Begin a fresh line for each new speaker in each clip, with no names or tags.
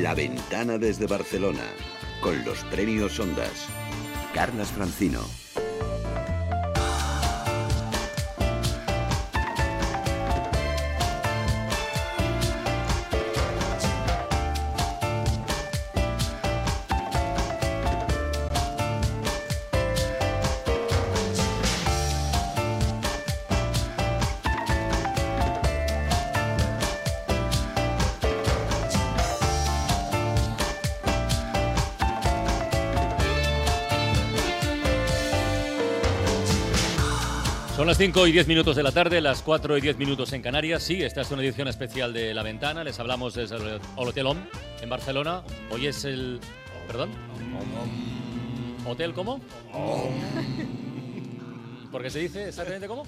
La Ventana desde Barcelona, con los premios Ondas. Carlas Francino.
Son las 5 y 10 minutos de la tarde, las 4 y 10 minutos en Canarias. Sí, esta es una edición especial de La Ventana. Les hablamos desde el Hotel OM en Barcelona. Hoy es el. ¿Perdón? ¿Hotel cómo? ¿Por qué se dice exactamente cómo?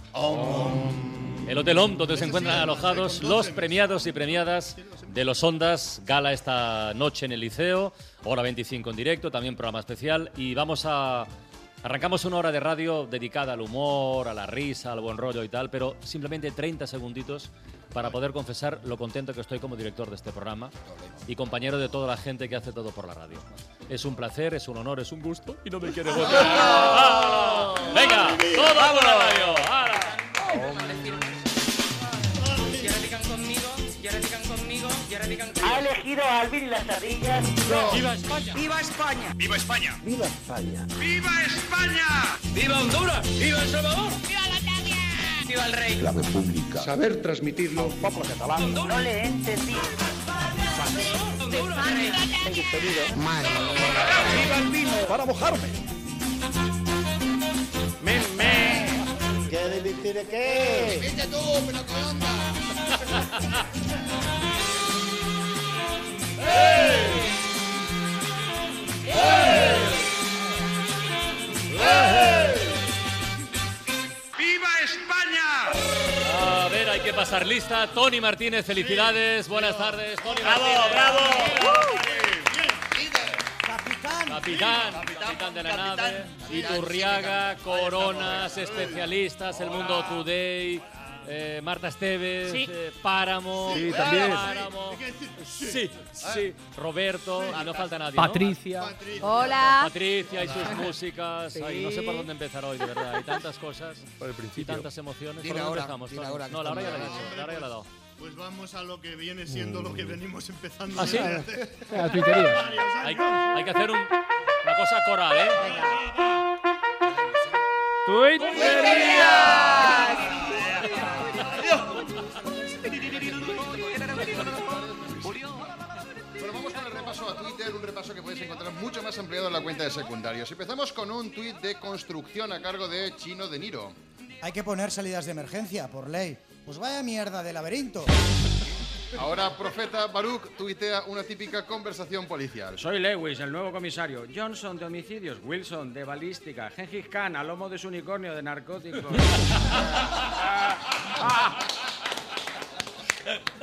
El Hotel OM, donde se encuentran alojados los premiados y premiadas de los Ondas. Gala esta noche en el Liceo, hora 25 en directo, también programa especial. Y vamos a. Arrancamos una hora de radio dedicada al humor, a la risa, al buen rollo y tal, pero simplemente 30 segunditos para poder confesar lo contento que estoy como director de este programa y compañero de toda la gente que hace todo por la radio. Es un placer, es un honor, es un gusto y no me quiere votar. ¡Ah! ¡Venga! ¡Todo por la radio! ¡Hala!
Y ahora pican conmigo, y ahora pican conmigo, y ahora pican
Ha
conmigo.
elegido a Alvin las ardillas.
¡Viva España!
¡Viva España!
¡Viva España!
¡Viva España!
¡Viva Honduras! ¡Viva El Salvador!
¡Viva el rey!
Saber transmitirlo.
No le he entendido.
Para mojarme.
¿Qué decir de qué?
¡Viva España!
A ver, hay que pasar lista. Tony Martínez, felicidades. Buenas tardes, Tony Martínez. Uh.
bravo.
Capitán, capitán de la nave, Iturriaga, Coronas, especialistas, El Mundo Today, eh, Marta Esteves, eh, Páramo,
Sí, también.
Páramo, sí, sí, Roberto, y no falta nadie. ¿no?
Patricia.
Hola.
Patricia y sus músicas, ay, no sé por dónde empezar hoy, de verdad, hay tantas cosas
Por el
y
principio.
tantas emociones.
Dile
¿Por dónde
ahora,
empezamos?
dile
Tony?
ahora que
no, la hora ya la he
estamos
dicho, la hora ya la he dado.
Pues vamos a lo que viene siendo lo que venimos empezando.
¿Ah, sí?
desde
La tuitería.
hace varios
Hay, hay que hacer un- una cosa coral, ¿eh?
Pero vamos con el repaso a Twitter, un repaso que puedes encontrar mucho más ampliado en la cuenta de secundarios. Empezamos con un tuit de construcción a cargo de Chino De Niro.
Hay que poner salidas de emergencia, por ley. Pues vaya mierda de laberinto.
Ahora Profeta Baruch tuitea una típica conversación policial.
Soy Lewis, el nuevo comisario. Johnson de homicidios, Wilson de balística, Gengis Khan al lomo de su unicornio de narcóticos.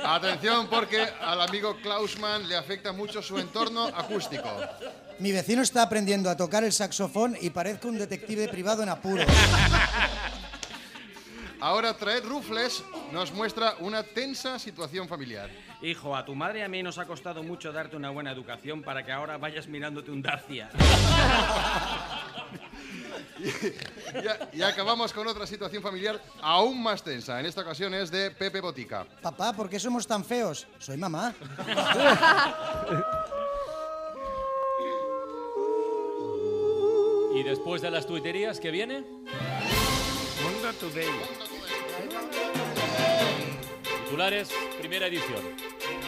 Atención porque al amigo Klausman le afecta mucho su entorno acústico.
Mi vecino está aprendiendo a tocar el saxofón y parezco un detective privado en apuros.
Ahora Traed Rufles nos muestra una tensa situación familiar.
Hijo, a tu madre y a mí nos ha costado mucho darte una buena educación para que ahora vayas mirándote un Dacia.
Y, a- y acabamos con otra situación familiar aún más tensa. En esta ocasión es de Pepe Botica.
Papá, ¿por qué somos tan feos? Soy mamá.
Y después de las tuiterías, ¿qué viene?
Mundo Today.
Titulares, primera edición.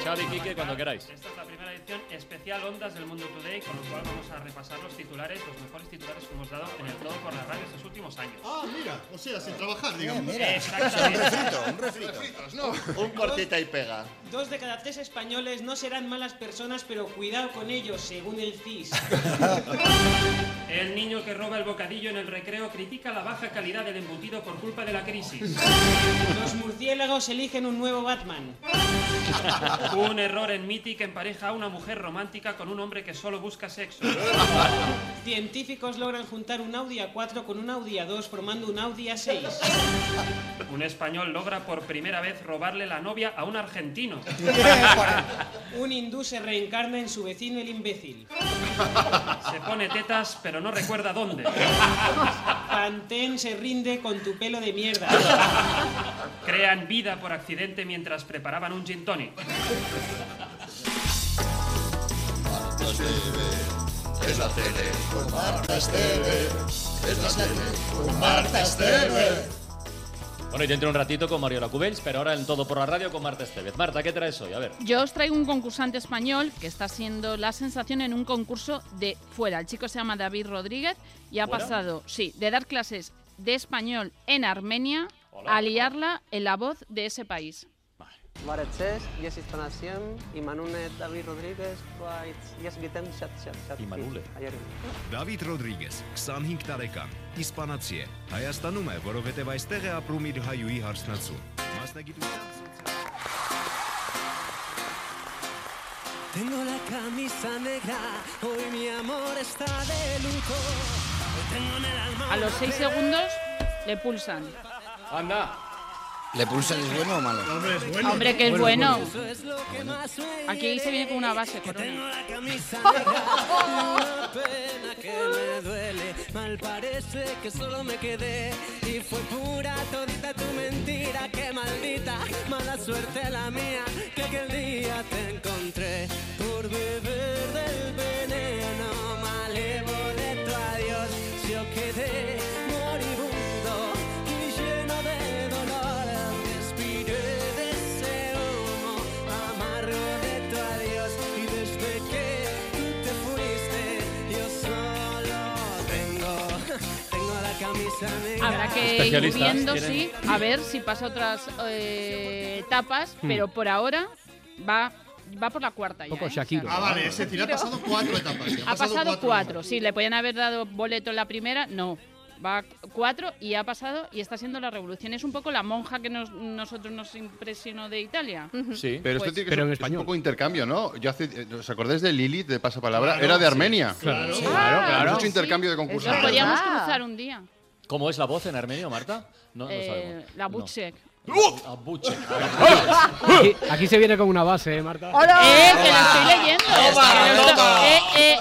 Xavi, Quique, cuando queráis.
Esta es la primera edición especial Ondas del Mundo Today, con lo cual vamos a repasar los titulares, los mejores titulares que hemos dado en el todo por la radio estos últimos años.
Ah, mira, o sea, sin trabajar,
Eh,
digamos.
mira.
Un cortita y pega.
Dos de cada tres españoles no serán malas personas, pero cuidado con ellos, según el CIS.
El niño que roba el bocadillo en el recreo critica la baja calidad del embutido por culpa de la crisis.
Los murciélagos eligen un nuevo Batman.
Un error en Mythic empareja a una mujer romántica con un hombre que solo busca sexo.
Científicos logran juntar un Audi A4 con un Audi A2 formando un Audi A6.
Un español logra por primera vez robarle la novia a un argentino.
Un hindú se reencarna en su vecino el imbécil.
Se pone tetas, pero no recuerda dónde.
Pantén se rinde con tu pelo de mierda.
Crean vida por accidente mientras preparaban un gin tonic.
Es la tele con Marta Esteve. Es la tele con
Marta Esteve. Bueno, y dentro de un ratito con Mariola Cubells, pero ahora en todo por la radio con Marta Estevez. Marta, ¿qué traes hoy? A ver.
Yo os traigo un concursante español que está siendo la sensación en un concurso de fuera. El chico se llama David Rodríguez y ha
¿Fuera?
pasado, sí, de dar clases de español en Armenia a liarla en la voz de ese país.
Mareches, yes Istanasian, Imanune David Rodríguez, բայց ես գիտեմ շատ շատ շատ։
Իմանուլ է։
Հայերեն։
Դավիթ Ռոդրիգես, 25 տարեկան, իսպանացի է։ Հայաստանում է, որովհետև այստեղ է ապրում իր հայուի հարսնացուն։ Մասնագիտությամբ
Tengo la camisa negra, hoy mi amor está de luto. Tengo en el alma
A los seis segundos le pulsan.
Anda.
¿Le pulsan es bueno o malo?
Hombre, que es bueno.
bueno.
Eso es lo que más sueño.
Aquí se viene con una base, corona.
La camisa negra, la pena que me duele. Mal parece que solo me quedé. Y fue pura todita tu mentira, que maldita. Mala suerte la mía, que aquel día te encontré. Por beber del veneno, malevo de tu adiós. Yo quedé moribundo y lleno de dolor. Respiré de ese humo amargo de tu adiós. Y desde que tú te fuiste, yo solo tengo, tengo la camisa negra.
Habrá que ir
Especialistas
viendo, sí,
tienen-
a ver si pasa otras eh, etapas,
Hmm.
pero por ahora va, va por la cuarta ya.
Poco
¿eh?
Shakiro. Ah, vale, es decir, ha
Shakiro.
pasado cuatro etapas ya, ha
Ha
pasado
pasado cuatro.
cuatro.
Sí, le podían haber dado boleto en la primera, no. Va cu- cuatro y ha pasado y está siendo la revolución. Es un poco la monja que nos- nosotros nos impresionó de Italia.
Pero esto
Pues-
tiene que ser un poco intercambio, ¿no? Yo hace, eh, ¿Os acordáis de Lilith de Pasapalabra?
Claro,
Era de
sí.
Armenia.
Claro, Sí.
claro.
Ah,
Hemos hecho
sí.
intercambio de concursos.
Nos podíamos
Ah.
cruzar un día.
¿Cómo es la voz en armenio, Marta? No,
Eh,
no Ah, sabemos.
la Butchek.
A Butchek.
Aquí, aquí se viene con una base, ¿eh, Marta?
¡Eh, que lo estoy leyendo!
Toma,
Que lo estoy-
toma.
Eh, eh,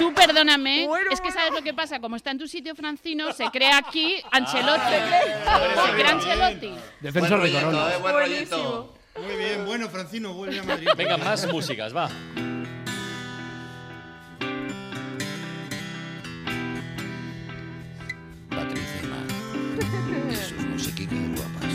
tú perdóname, es que sabes lo que pasa, como está en tu sitio Francino, se crea aquí Ancelotti. se crea Ancelotti.
Defensor de Corona.
eh, Muy bien, bueno, Francino, vuelve a Madrid.
Venga, más músicas, va.
Patricia. Sus musiquitas guapas.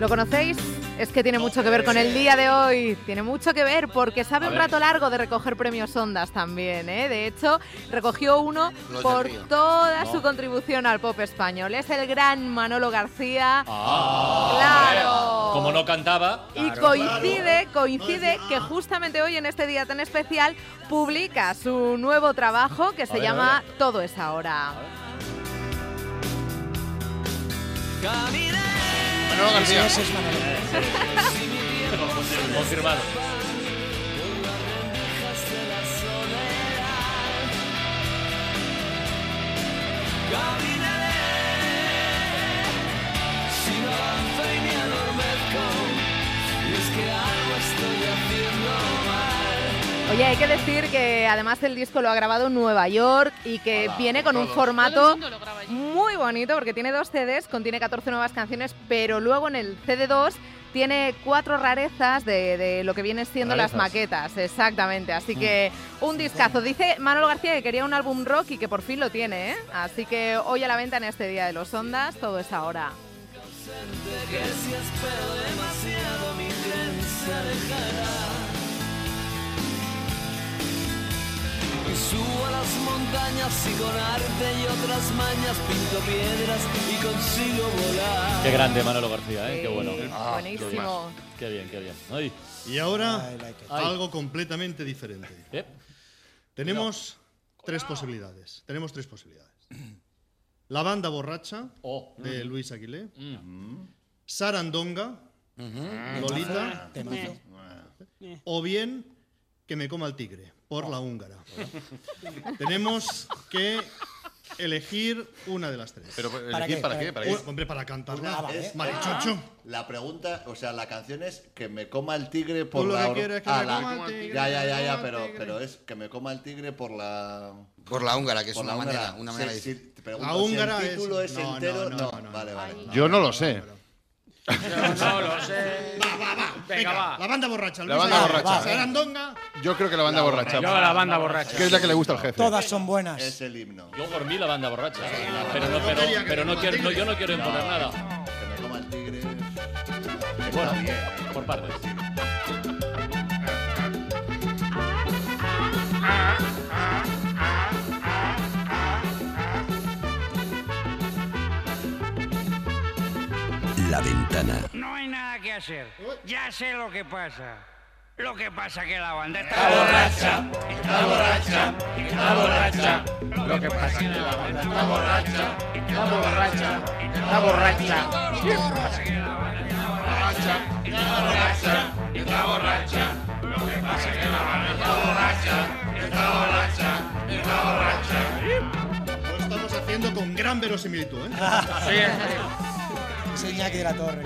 ¿Lo conocéis? Es que tiene mucho que ver con el día de hoy. Tiene mucho que ver porque sabe
A
un
ver.
rato largo de recoger premios Ondas también. ¿eh? De hecho, recogió uno
Los del
por
Río.
toda
No.
su contribución al pop español. Es el gran Manolo García.
Ah,
¡Claro!
Como no cantaba.
Y coincide, coincide que justamente hoy en este día tan especial publica su nuevo trabajo que se
ver, a
llama Todo es ahora.
Manolo García.
Confirmado.
Sin avanza y ni adormezco. Y es que algo estoy haciendo mal.
Oye, hay que decir que además el disco lo ha grabado en Nueva York y que viene con un formato muy bonito porque tiene dos CDs, contiene 14 nuevas canciones, pero luego en el CD2 tiene cuatro rarezas de, de lo que vienen siendo las
Rarezas.
maquetas, exactamente. Así
Mm.
que un discazo. Dice Manolo García que quería un álbum rock y que por fin lo tiene, ¿eh? Así que hoy a la venta en este Día de los Ondas, todo es ahora.
Que si espero demasiado mi tren se alejará. Y subo a las montañas y con arte y otras mañas pinto piedras y consigo volar.
Qué grande Manolo García, ¿eh? qué bueno.
Sí,
Ah,
buenísimo.
Qué bien, qué bien. qué bien. Ay.
Y ahora
Ay.
algo completamente diferente. Tenemos tres posibilidades. Tenemos tres posibilidades. La banda borracha
Oh. Mm.
de Luis Aguilé. Sarandonga, Lolita.
Temazo.
O bien Que me coma el tigre, por la húngara. Tenemos que elegir una de las tres.
Pero, ¿para elegir qué? para qué? ¿Para qué?
Bueno, Hombre, para cantarla.
Ah, vale.
Marichocho.
La pregunta, o sea, la canción es que me coma el tigre
Tú
por
lo
la.
que
or-
quieres es que
Ah,
me
la-
coma el tigre,
Ya, ya, ya,
me
ya,
coma el
pero,
tigre.
pero es que me coma el tigre por la.
Por la húngara, que es
por
una
la húngara.
manera- una manera
Sí,
de
sí,
decir.
te pregunto
La
si
húngara
el
es-
título es,
no, no,
entero.
no,
No, vale, vale.
Yo no lo sé.
Yo no lo sé. Venga, va.
La banda borracha.
La
Luis
banda
Aguilera.
borracha. eh.
Sarandonga.
Yo creo que la banda
La
borracha.
borracha. Yo la banda borracha.
Que es la que le gusta al jefe.
Todas son buenas.
Es el himno.
Yo por mí la banda borracha. pero no, pero,
quería que
pero
me
no
coma
quiero, no,
tigre.
yo no quiero imponer nada.
Que me coma el tigre.
Bueno,
Está bien.
por partes.
La ventana.
No hay nada que hacer. Ya sé lo que pasa. Lo que pasa que la banda está, borracha. Está borracha. Está borracha. Lo que pasa que la banda está borracha. Está borracha. Está borracha. Está borracha. Lo que pasa que la banda está borracha. Está borracha. Está borracha.
Lo estamos haciendo con gran verosimilitud, ¿eh?
Es Iñaki de la Torre.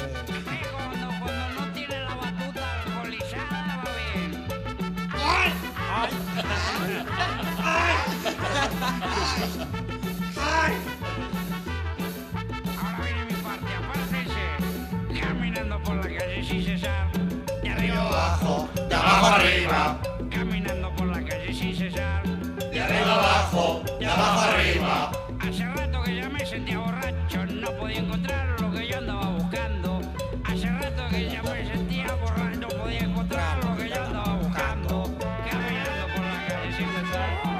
Caminando por la calle sin cesar, de arriba
abajo,
de abajo arriba. Caminando por la calle sin cesar, de arriba abajo, de abajo arriba. Hace rato que ya me sentía borracho, no podía encontrar lo que yo andaba buscando. Hace rato que ya me sentía borracho, no podía encontrar lo que yo andaba buscando. Caminando por la calle sin cesar.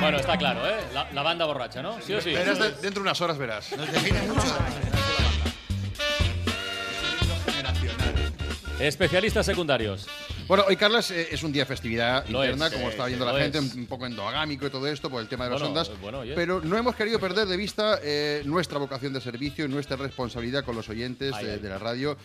Bueno, está claro, ¿eh? La, la banda borracha, ¿no? Sí o sí.
Verás de- dentro de unas horas verás.
Especialistas secundarios.
Bueno, hoy, Carlos, eh, es un día de festividad
Lo
interna,
es,
como
sí,
está
sí,
viendo
lo
la gente,
es.
un poco endogámico y todo esto por el tema de las
Bueno,
ondas.
bueno, oye.
pero no hemos querido perder de vista eh, nuestra vocación de servicio y nuestra responsabilidad con los oyentes
Ay,
de,
ay.
de la radio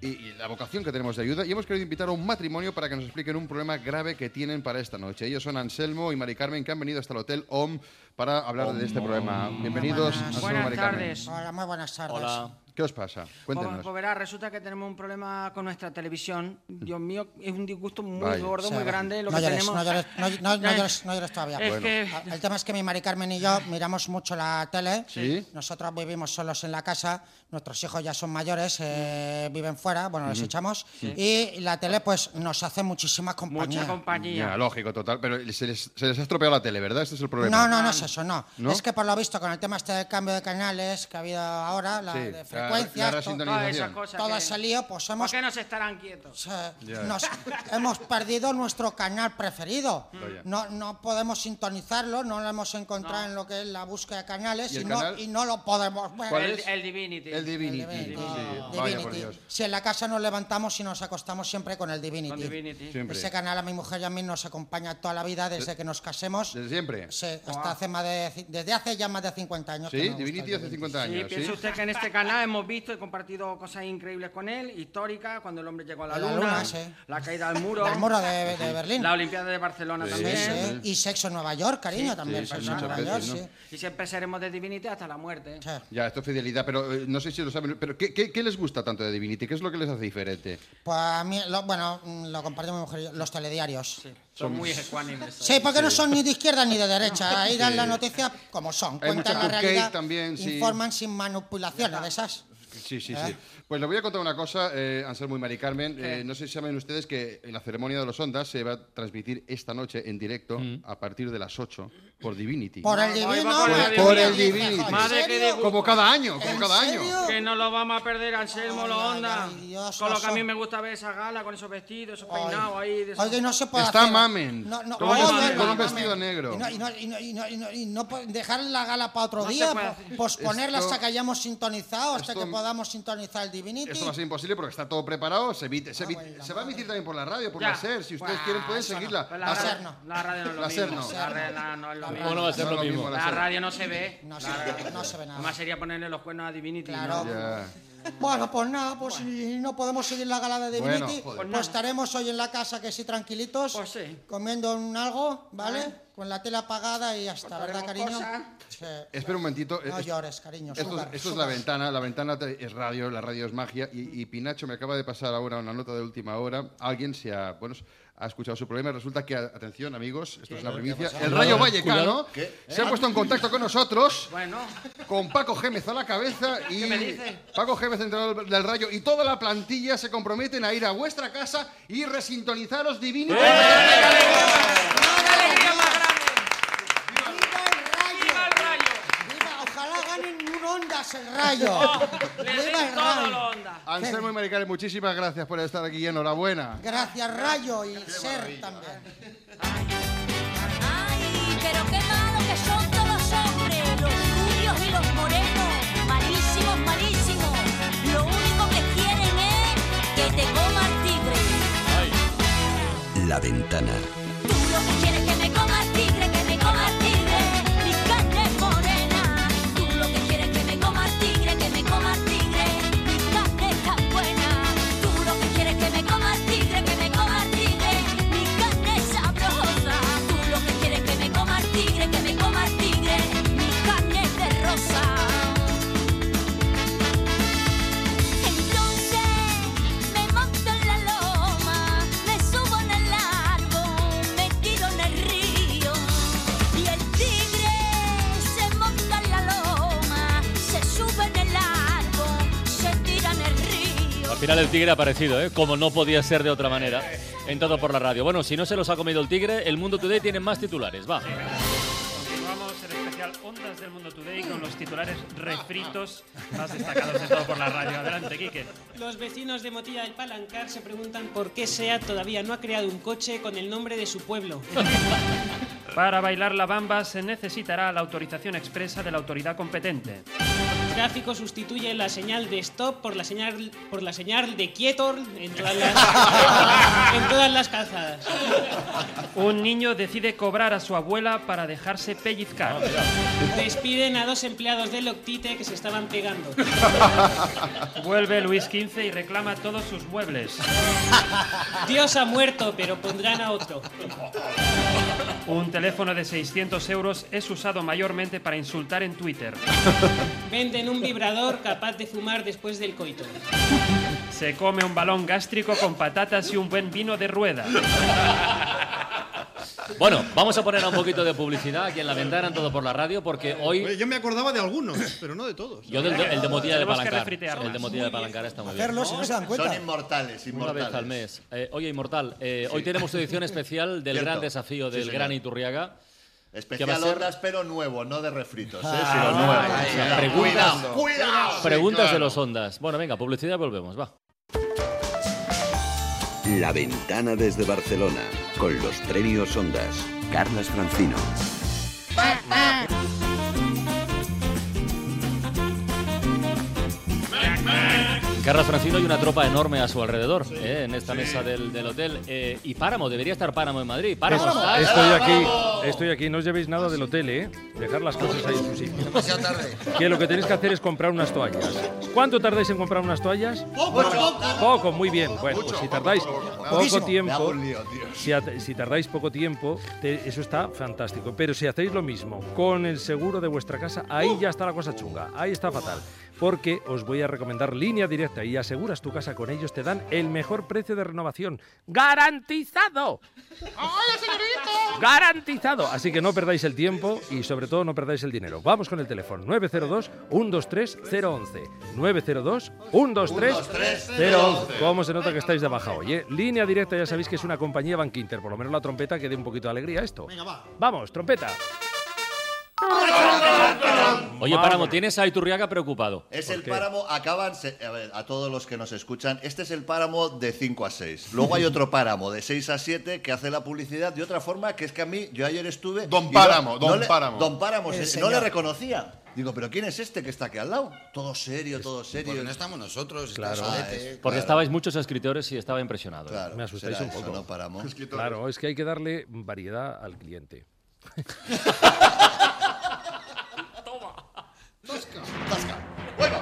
y, y la vocación que tenemos de ayuda. Y hemos querido invitar a un matrimonio para que nos expliquen un problema grave que tienen para esta noche. Ellos son Anselmo y Mari Carmen, que han venido hasta el Hotel OM para hablar de este problema. Bienvenidos, Anselmo y Mari Carmen.
Hola, muy buenas tardes.
¿Qué os pasa?
Pues,
Cuéntenos.
pues verá, resulta que tenemos un problema con nuestra televisión. Dios mío, es un disgusto muy
Vaya.
gordo,
Sí,
muy
vaya.
grande. Lo
no
que
llores,
tenemos.
no llores, no, no- no
Eh,
llores, no llores todavía.
Es que-
El tema es que mi Mari Carmen y yo miramos mucho la tele.
Sí.
Nosotros vivimos solos en la casa. Nuestros hijos ya son mayores, eh, viven fuera. Bueno, los
Ujú.
echamos.
Sí.
Y la tele, pues, nos hace muchísima compañía.
Ya, lógico, total. Pero se les, se les ha estropeado la tele, ¿verdad? Este es el problema.
No, no, no es eso, no.
¿No?
Es que por lo visto con el tema este del cambio de canales que ha habido ahora, la
Sí,
de
la-
frecuencias,
la
to-
resintonización. Todas esas
cosas
todo
que-
ese lío, pues hemos...
¿Por qué no se estarán quietos?
eh,
Ya.
nos- hemos perdido nuestro canal preferido.
Vaya.
No, no podemos sintonizarlo, no lo hemos encontrado en lo que es la búsqueda de canales
¿Y
y,
el
no,
canal?
y no lo podemos ver.
¿Cuál
el,
es?
el Divinity.
El Divinity.
Oh.
Sí, vaya por
Divinity.
Dios.
Si en la casa nos levantamos y nos acostamos siempre con el Divinity.
Con Divinity.
Siempre.
Ese canal a mi mujer y a mí nos acompaña toda la vida desde que nos casemos.
Desde siempre.
Sí, hasta hace más de, ci- desde hace ya más de 50 años.
Sí, Divinity hace 50
Sí,
años.
piense
sí.
usted que en este canal hemos visto y compartido cosas increíbles con él, históricas, cuando el hombre llegó a la,
La
luna,
luna, sí.
la caída del muro,
Del muro de- de Berlín.
la Olimpiada de Barcelona
Sí,
también. ¿eh?
sí. Y sexo en Nueva York, cariño,
Sí,
también.
sí,
sexo en
muchas
Nueva York,
veces, ¿no?
sí.
Y siempre seremos de Divinity hasta la muerte.
Ya, esto es fidelidad, pero eh, no sé si lo saben. Pero ¿qué, qué, qué les gusta tanto de Divinity? ¿Qué es lo que les hace diferente?
Pues a mí, lo, bueno, mm, lo comparto mi mujer y yo, los telediarios. Sí,
Son muy ecuánimes.
porque no son ni de izquierda ni de derecha. Ahí dan
Sí.
las noticias como son.
Hay mucho
Cuentan la
cupcake
realidad.
también, sí.
Informan sin manipulaciones de esas.
Sí, sí,
¿Eh?
sí. Pues les voy a contar una cosa, eh, Anselmo y Mari Carmen.
¿Qué?
Eh, no sé si saben ustedes que la ceremonia de los ondas se va a transmitir esta noche en directo a partir de las 8 por Divinity.
Ah,
Por el divino.
Por,
madre
por el
mía, hijo,
Divinity.
¿en
Madre, qué
serio?
disgusto.
Como cada año, como
¿En
cada año.
serio?
Que no lo vamos a perder, Anselmo, la onda. con lo que a mí
razón.
me gusta ver esa gala, con esos vestidos, esos peinados ahí. de esos-
Oye, no se puede
Está
hacer-
mamen.
No, no,
Con un
no,
vestido-
no,
con un
no,
vestido
mamen.
negro.
Y no, y no, y no, y no, y no, y no po- dejar la gala para otro
No se
día,
puede
po-
hacer.
posponerla
Esto-
hasta que hayamos sintonizado, hasta
esto-
que podamos sintonizar el Divinity.
Esto va a ser imposible porque está todo preparado. Se, emite- se, emite- se va a emitir también por la radio, por
Ah, Ya.
la SER. Si ustedes quieren, pueden seguirla.
Pues
La
la,
SER-
radio, la radio no es lo
La
mismo.
SER no.
La radio no es lo mismo.
¿Cómo no va a ser
No
lo
es lo
mismo?
mismo
La radio no se ve.
No
La
se ve,
radio-
no se ve nada.
Además sería ponerle los cuernos a Divinity.
Claro.
Ya.
Bueno, pues nada, pues si no podemos seguir la galada de
Bueno,
Divinity,
joder.
pues
Pues
estaremos hoy en la casa que sí tranquilitos,
Pues
comiendo un algo, ¿vale?
Vale.
Con la tela apagada y hasta,
Pues
¿verdad, cariño?
cosas.
Sí.
Espera un momentito.
No
Es-
llores, cariño.
Esto,
sudar,
esto es la
sudar.
ventana, la ventana te- es radio, la radio es magia. Y, y Pinacho me acaba de pasar ahora una nota de última hora. Alguien se ha, bueno, ha escuchado su problema. Resulta que, a- atención amigos, esto es
¿Qué
una
ha
primicia.
pasado?
El
Cuidado.
Rayo Vallecano
¿Qué?
se
¿Eh?
ha puesto en contacto con nosotros.
Bueno.
Con Paco Gémez a la cabeza y
¿Qué me dice?
Paco Gémez, entrenador del Rayo, y toda la plantilla se comprometen a ir a vuestra casa y resintonizaros divino.
¡Eh!
Viva, ojalá ganen un ondas el rayo.
Le
Viva el
den todo lo
rayo.
onda.
Anselmo y Maricarmen, muchísimas gracias por estar aquí. Enhorabuena.
Gracias, rayo y ser también.
Pero qué malo que son todos los hombres, los rubios y los morenos, malísimos, malísimos. Lo único que quieren es que te coma el tigre.
La ventana.
Tú lo que quieres es que me coma el tigre, que me coma el tigre, mi carne es morena. Tú lo que quieres es que me coma el tigre, que me coma el tigre, mi carne es tan buena. Tú lo que quieres es que me coma el tigre, que me coma el tigre, mi carne es sabrosa. Tú lo que quieres es que me coma el tigre, que me coma el tigre, mi carne es de rosa. Entonces me monto en la loma, me subo en el árbol, me tiro en el río y el tigre se monta en la loma, se sube en el árbol, se tira en el río.
Al final el tigre ha aparecido, ¿eh? como no podía ser de otra manera, en todo por la radio. Bueno, si no se los ha comido el tigre, el Mundo Today tiene más titulares, va.
Continuamos el especial Ondas del Mundo Today con los titulares refritos más destacados de todo por la radio. Adelante, Quique.
Los vecinos de Motilla del Palancar se preguntan por qué SEAT todavía no ha creado un coche con el nombre de su pueblo.
Para bailar la bamba se necesitará la autorización expresa de la autoridad competente.
Tráfico sustituye la señal de stop por la señal, por la señal de quieto en todas las, en todas las calzadas.
Un niño decide cobrar a su abuela para dejarse pellizcar.
Despiden a dos empleados del Loctite que se estaban pegando.
Vuelve Luis XV y reclama todos sus muebles.
Dios ha muerto, pero pondrán a otro.
Un teléfono de 600 euros es usado mayormente para insultar en Twitter.
Venden un vibrador capaz de fumar después del coito.
Se come un balón gástrico con patatas y un buen vino de rueda.
Bueno, vamos a poner un poquito de publicidad aquí en la ventana, en todo por la radio, porque hoy...
Yo me acordaba de algunos, pero no de todos.
Yo del de- el de Motilla de
Tenemos que
Palancar.
refritearlas.
El de Motilla de Palancar está muy bien.
Hacerlo si no se dan cuenta.
inmortales,
Una vez al mes. Eh, oye, Inmortal, eh, hoy tenemos tu edición especial del
Cierto.
gran desafío
Sí,
del
señor.
gran Iturriaga. que va a
Especial
ser-
ondas, pero nuevo, no de refritos, ¿eh?
Ah,
sino nuevo.
ahí,
Sí,
ahí,
cuidado,
preguntas.
cuidado.
Preguntas
Sí,
de
claro.
los ondas. Bueno, venga, publicidad y volvemos, va.
La ventana desde Barcelona. Con los premios Ondas. Carlas Francino.
Carlos Francino y una tropa enorme a su alrededor, eh, en esta mesa del, del hotel. Eh, y Páramo, debería estar Páramo en Madrid. Páramo,
Eso,
¿estás?
estoy aquí, estoy aquí. No os llevéis nada del hotel, ¿eh? Dejar las cosas ahí en su sitio. Que lo que tenéis que hacer es comprar unas toallas. ¿Cuánto tardáis en comprar unas toallas?
Mucho.
Poco, muy bien. Bueno, pues si tardáis poco
Poquísimo. Me hago
tiempo,
un lío, tío.
si, at- si tardáis poco tiempo, te- eso está fantástico. Pero si hacéis lo mismo con el seguro de vuestra casa, ahí ya está la cosa chunga, ahí está fatal. Porque os voy a recomendar línea directa y aseguras tu casa con ellos, te dan el mejor precio de renovación. ¡Garantizado!
¡Hola, señorito!
Garantizado. Así que no perdáis el tiempo y sobre todo no perdáis el dinero. Vamos con el teléfono 902 123 011. 902 123 011. ¿Cómo se nota que estáis de baja hoy? eh? Línea directa, ya sabéis que es una compañía Bank Inter, por lo menos la trompeta que dé un poquito de alegría a esto. Vamos, trompeta.
Oye, Páramo, tienes a Iturriaga preocupado.
Es
¿Por
el
qué?
páramo, acaban, se- a ver, a todos los que nos escuchan, este es el páramo de 5 a 6. Luego hay otro páramo de 6 a 7 que hace la publicidad de otra forma, que es que a mí, yo ayer estuve... Don
Páramo, Don Páramo.
Páramo. Don Páramo,
El
se- no
señor.
le reconocía. Digo, pero ¿quién es este que está aquí al lado? Todo serio, todo serio.
Porque no estamos nosotros, está
Ah, Claro.
Solete.
Porque estabais muchos escritores y estaba impresionado. ¿eh?
Claro,
Me asustáis un poco. Claro, es que hay que darle variedad al cliente.
Tosca, tosca. Bueno.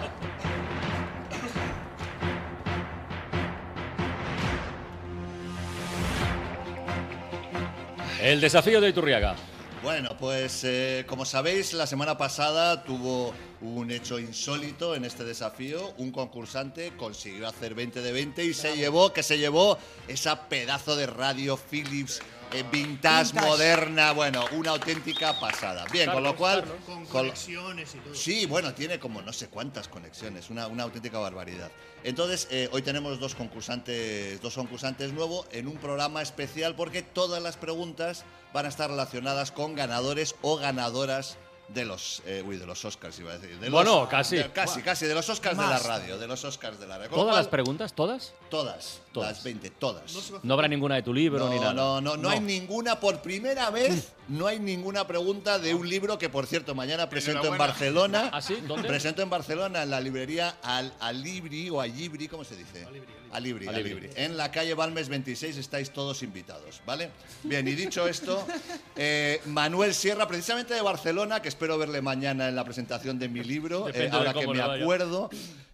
El desafío de Iturriaga.
Bueno, pues eh, como sabéis, la semana pasada tuvo un hecho insólito en este desafío. Un concursante consiguió hacer 20 de 20 y se llevó, que se llevó esa pedazo de radio Philips eh, vintage,
Vintage.
moderna, bueno, una auténtica pasada. Bien, con lo cual,
Con
con-
conexiones y todo.
Sí, bueno, tiene como no sé cuántas conexiones, una, una auténtica barbaridad. Entonces, eh, hoy tenemos dos concursantes, dos concursantes nuevos en un programa especial porque todas las preguntas van a estar relacionadas con ganadores o ganadoras de los, eh, uy, de los Oscars, iba a decir. De los-
Bueno, casi.
de- casi, casi, de los Oscars
Más.
de la radio, de los Oscars de la radio. Con lo
¿Todas
cual,
las preguntas? ¿Todas?
Todas,
Todas.
las 20, todas.
No habrá ninguna de tu libro
No,
ni nada.
no, no, no, hay ninguna, por primera vez, no hay ninguna pregunta de un libro que, por cierto, mañana presento en
Enhorabuena.
Barcelona.
¿Ah, sí? ¿Dónde?
Presento en Barcelona, en la librería Al Alibri o Allibri, ¿cómo se dice? Alibri,
Alibri.
Alibri. En la calle Balmes 26 estáis todos invitados, ¿vale? Bien, y dicho esto, eh, Manuel Sierra, precisamente de Barcelona, que espero verle mañana en la presentación de mi libro, eh,
Depende de
ahora que
cómo
me
le vaya.
acuerdo.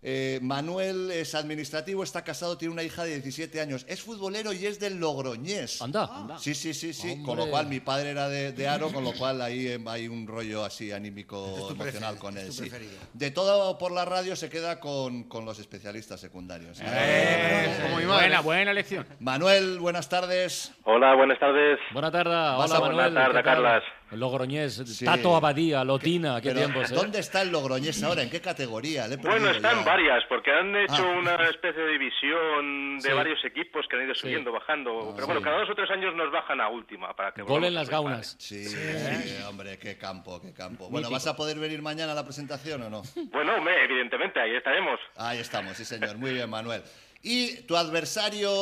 Eh, Manuel es administrativo, está casado, tiene una hija de 17 años, es futbolero y es del Logroñés.
Anda.
Sí, sí, sí, sí. Con
Hombre.
lo cual mi padre era de, de Aro, con lo cual ahí eh, hay un rollo así anímico emocional con él. sí. De todo por la radio se queda con, con los especialistas secundarios.
Eh,
Como mi madre. Buena, buena elección.
Manuel, buenas tardes.
Hola, buenas tardes.
Buenas tardes.
Vas
Hola,
a-
Manuel.
Buena tarde,
¿qué tal?
Carlas.
Logroñés, Tato Abadía, Lotina, qué
Pero,
tiempos, ¿eh?
¿Dónde está el Logroñés ahora? ¿En qué categoría? Le he
Bueno,
perdido
están
ya.
varias, porque han hecho
Ah.
una especie de división de
Sí.
varios equipos que han ido subiendo, bajando. Pero bueno,
sí.
cada dos o tres años nos bajan a última para que
Gol
volvamos
en las
a
gaunas.
Sí, sí, hombre, qué campo, qué campo. Bueno,
Mítico.
¿vas a poder venir mañana a la presentación o no?
empezar. Bueno, hombre, evidentemente, ahí estaremos.
Ahí estamos, sí señor. Muy bien, Manuel. Y tu adversario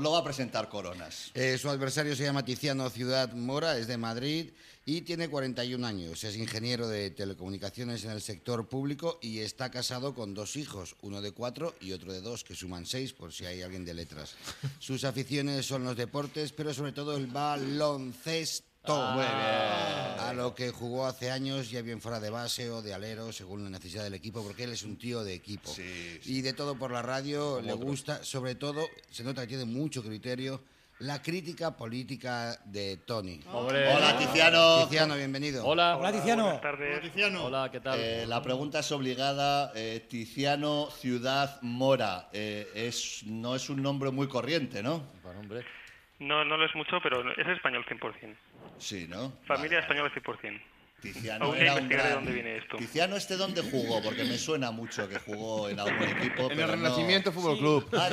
lo va a presentar Coronas.
Eh, su adversario se llama Tiziano Ciudad Mora, es de Madrid y tiene 41 años. Es ingeniero de telecomunicaciones en el sector público y está casado con dos hijos, uno de cuatro y otro de dos, que suman seis, por si hay alguien de letras. Sus aficiones son los deportes, pero sobre todo el baloncesto. A lo que jugó hace años, ya bien fuera de base o de alero, según la necesidad del equipo, porque él es un tío de equipo. Y de todo por la radio, le gusta, sobre todo, se nota que tiene mucho criterio, la crítica política de Tony.
Hombre.
Hola, Tiziano.
Tiziano, bienvenido.
Hola.
Hola,
¿qué tal?
Eh, la pregunta es obligada. eh, Tiziano Ciudad Mora. Eh, es, no es un nombre muy corriente, ¿no?
No, no lo es mucho, pero es español 100%.
Sí, ¿no?
Familia española 100%.
Tiziano
Aunque
era un
investigaré
gran-
dónde viene esto.
Tiziano, ¿este dónde jugó? Porque me suena mucho que jugó en algún equipo.
En
pero
el
no-
Renacimiento Fútbol Club.
Ah,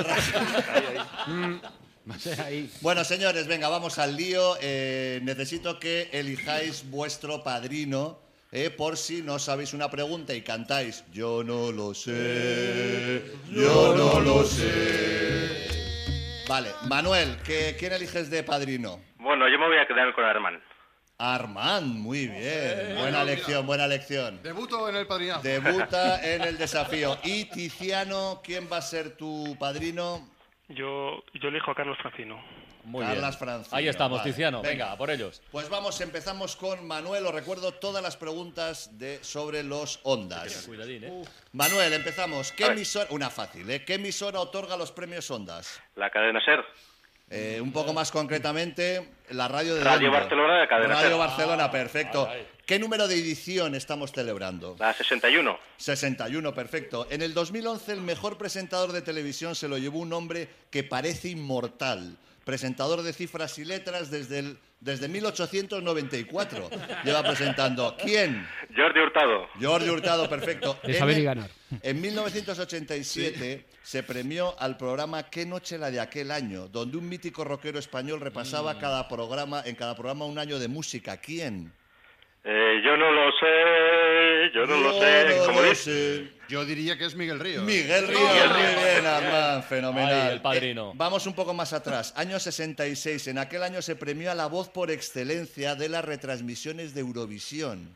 el Mm. Bueno, señores, venga, vamos al lío. Eh, necesito que elijáis vuestro padrino. eh, por si no sabéis una pregunta y cantáis Yo no lo sé, yo no lo sé. Vale, Manuel, ¿qué- ¿quién eliges de padrino?
Bueno, yo me voy a quedar con Armand.
Armand, muy bien. Buena elección, buena elección.
Debuto en el padrinazgo.
Debuta en el desafío. Y Tiziano, ¿quién va a ser tu padrino?
Yo, yo elijo a Carlos Francino.
Muy
Carlas
bien.
Francino,
Ahí estamos,
vale.
Tiziano.
Venga.
Venga, a por ellos.
Pues vamos, empezamos con Manuel. Os recuerdo todas las preguntas de, sobre los Ondas.
Cuidadín, ¿eh?
Manuel, empezamos. ¿Qué emisora, una fácil, ¿eh? ¿Qué emisora otorga los premios Ondas?
La cadena SER.
Eh,
Mm.
un poco más concretamente, la radio de
Radio
dónde?
Barcelona de Cadena
Radio
Ser.
Barcelona,
Ah,
perfecto. ¿Qué número de edición estamos celebrando?
La 61.
61, perfecto. En el 2011 el mejor presentador de televisión se lo llevó un hombre que parece inmortal. Presentador de cifras y letras desde, el, desde 1894. Lleva presentando. ¿Quién?
Jordi Hurtado.
Jordi Hurtado, perfecto.
De saber
En-
y ganar.
En 1987 se premió al programa Qué noche la de aquel año, donde un mítico rockero español repasaba cada programa, en cada programa un año de música. ¿Quién?
Eh, yo no lo sé, yo no lo sé.
no
Como
lo
dice,
sé.
Yo diría que es Miguel Ríos.
Miguel Ríos, muy bien, Armán, fenomenal.
Ay, el padrino.
Eh, vamos un poco más atrás, año 66. En aquel año se premió a la voz por excelencia de las retransmisiones de Eurovisión.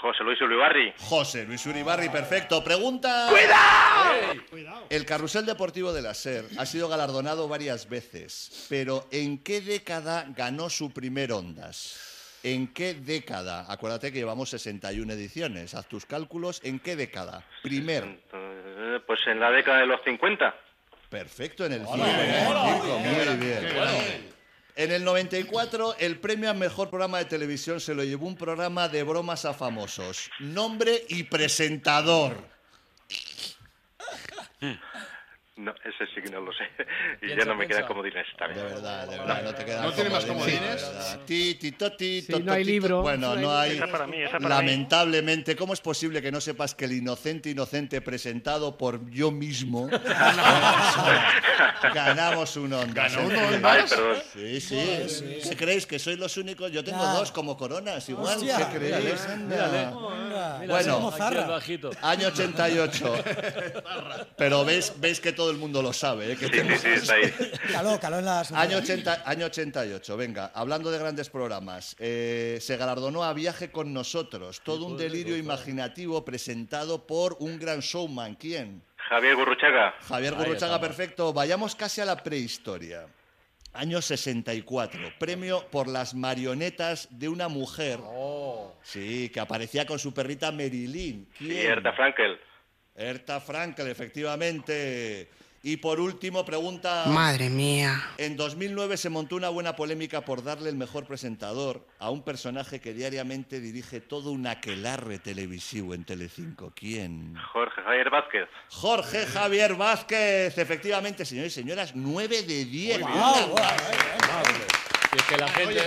José Luis Ulibarri.
José Luis Uribarri, perfecto. Pregunta. ¡Cuidado! El carrusel deportivo de la SER ha sido galardonado varias veces, pero ¿en qué década ganó su primer Ondas? ¿En qué década? Acuérdate que llevamos 61 ediciones. Haz tus cálculos. ¿En qué década? Primer.
Eh, Pues en la década de los 50.
Perfecto en el 100. Muy bien. En el 94, el premio a mejor programa de televisión se lo llevó un programa de bromas a famosos. Nombre y presentador.
No, ese sí que no lo sé. Y
Piensa,
ya no me
piensa.
quedan comodines también. De verdad, de
verdad, no te quedan ¿No tiene más comodines? comodines? Ti, ti, to, ti,
Sí,
to,
no hay
to, ti, to.
libro.
Bueno, no
No hay
hay.
libro. Esa para mí, esa para mí.
Lamentablemente, ¿cómo es posible que no sepas que el inocente inocente presentado por yo mismo ganamos un Ondas?
Ganó un
¿eh?
Ondas. Ay, perdón.
Sí, sí. ¿Qué creéis? ¿Que sois los únicos? Yo tengo
Ya.
dos como coronas, igual.
Hostia,
¿Qué creéis?
mírale,
Anda.
mírale. Mira,
Bueno,
como zarra. Aquí el bajito.
año 88. Pero veis, veis que todo el mundo lo sabe. ¿eh? Que tenemos-
Caló, caló en la sociedad.
Año, 80, año 88, venga, hablando de grandes programas, eh, se galardonó a Viaje con nosotros, todo un delirio imaginativo presentado por un gran showman. ¿Quién?
Javier Gurruchaga.
Javier Gurruchaga, perfecto. Vayamos casi a la prehistoria. Año 64, premio por las marionetas de una mujer. Sí, que aparecía con su perrita Marilyn. ¿Quién?
Y Erta Frankel.
Erta Frankel, efectivamente. Y por último, pregunta...
Madre mía.
En 2009 se montó una buena polémica por darle el mejor presentador a un personaje que diariamente dirige todo un aquelarre televisivo en Telecinco. ¿Quién?
Jorge Javier Vázquez.
Jorge Javier Vázquez. Efectivamente, señores y señoras, 9 de 10.
Muy
¡Guau,
bien.
guau!
que la gente...